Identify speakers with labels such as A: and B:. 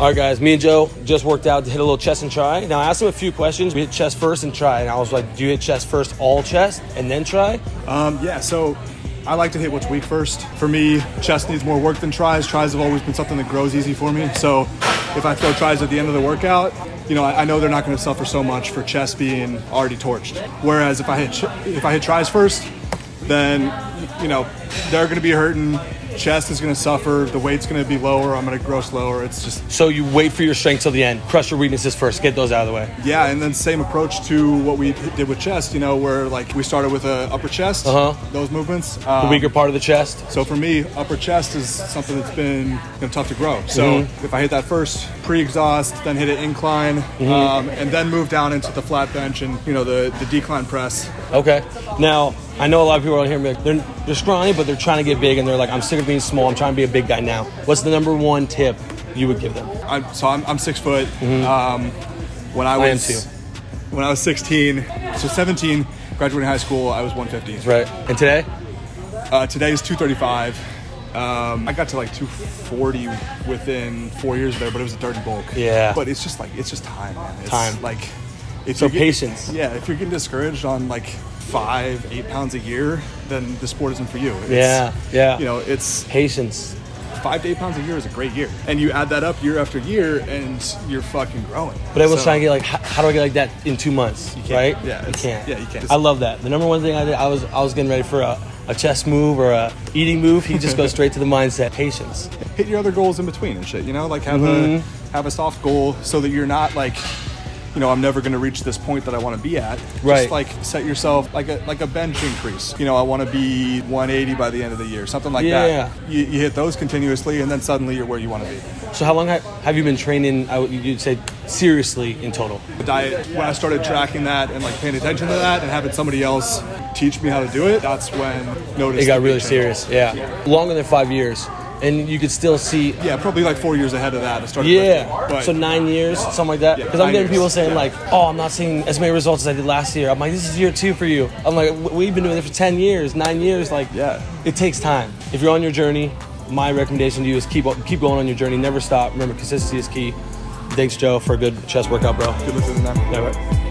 A: All right, guys. Me and Joe just worked out to hit a little chest and try. Now I asked him a few questions. We hit chest first and try, and I was like, "Do you hit chest first, all chest, and then try?"
B: Um, yeah, so I like to hit what's weak first. For me, chest needs more work than tries. Tries have always been something that grows easy for me. So if I throw tries at the end of the workout, you know, I, I know they're not going to suffer so much for chest being already torched. Whereas if I hit ch- if I hit tries first, then you know they're going to be hurting. Chest is going to suffer. The weight's going to be lower. I'm going to grow slower. It's just
A: So you wait for your strengths till the end. Crush your weaknesses first. Get those out of the way.
B: Yeah, and then same approach to what we did with chest. You know, where like we started with a upper chest,
A: Uh-huh.
B: those movements.
A: The
B: Um,
A: weaker part of the chest.
B: So for me, upper chest is something that's been you know, tough to grow. So
A: Mm-hmm.
B: if I hit that first pre-exhaust, then hit an incline,
A: Mm-hmm.
B: um, and then move down into the flat bench and you know the the decline press.
A: Okay. Now, I know a lot of people out here, like, they're, they're scrawny, but they're trying to get big, and they're like, I'm sick of being small. I'm trying to be a big guy now. What's the number one tip you would give them?
B: I'm, so I'm, I'm six foot. Um, when I
A: Mm-hmm. I
B: was
A: am too.
B: when I was 16, so 17, graduating high school, I was 150.
A: Right. And today?
B: Uh, today is 235. Um, I got to like 240 within four years there, but it was a dirty bulk.
A: Yeah.
B: But it's just like it's just time, man. It's
A: Time.
B: Like, if
A: So
B: you get-
A: patience.
B: Yeah. If you're getting discouraged on like five, eight pounds a year, then the sport isn't for you. It's-
A: Yeah, yeah.
B: You know, it's
A: Patience.
B: five to eight pounds a year is a great year, and you add that up year after year, and you're fucking growing.
A: But I was
B: So-
A: trying to get like, how, how do I get like that in two months? You
B: can't.
A: Right?
B: Yeah,
A: you
B: it's-
A: can't.
B: yeah, you can't.
A: I love that. The number one thing I did, I was I was getting ready for a, a chest move or a eating move. He just goes straight to the mindset. Patience.
B: hit your other goals in between and shit. You know, like have
A: Mm-hmm.
B: a have a soft goal so that you're not like, you know, I'm never going to reach this point that I want to be at.
A: Right.
B: Just like set yourself like a like a bench increase. You know, I want to be 180 by the end of the year, something like
A: Yeah.
B: that. You, you hit those continuously, and then suddenly you're where you want to be.
A: So how long ha- have you been training? I would, you'd say seriously in total.
B: The diet when I started tracking that and like paying attention to that and having somebody else teach me how to do it. That's when noticed
A: It
B: the
A: got
B: big
A: really
B: change.
A: serious. Yeah. Longer than five years, and you could still see
B: Yeah, probably like four years ahead of that. I started.
A: Yeah.
B: lifting, but-
A: so nine years, something like that.
B: Yeah,
A: Because I'm
B: nine
A: getting
B: years,
A: people saying
B: yeah.
A: like, "Oh, I'm not seeing as many results as I did last year." I'm like, "This is year two for you." I'm like, "W- "We've been doing it for ten years, nine years." Like,
B: Yeah.
A: it takes time. If you're on your journey, my recommendation to you is keep keep going on your journey. Never stop. Remember, consistency is key. Thanks, Joe, for a good chest workout, bro.
B: Good looking in there.
A: Yeah, right.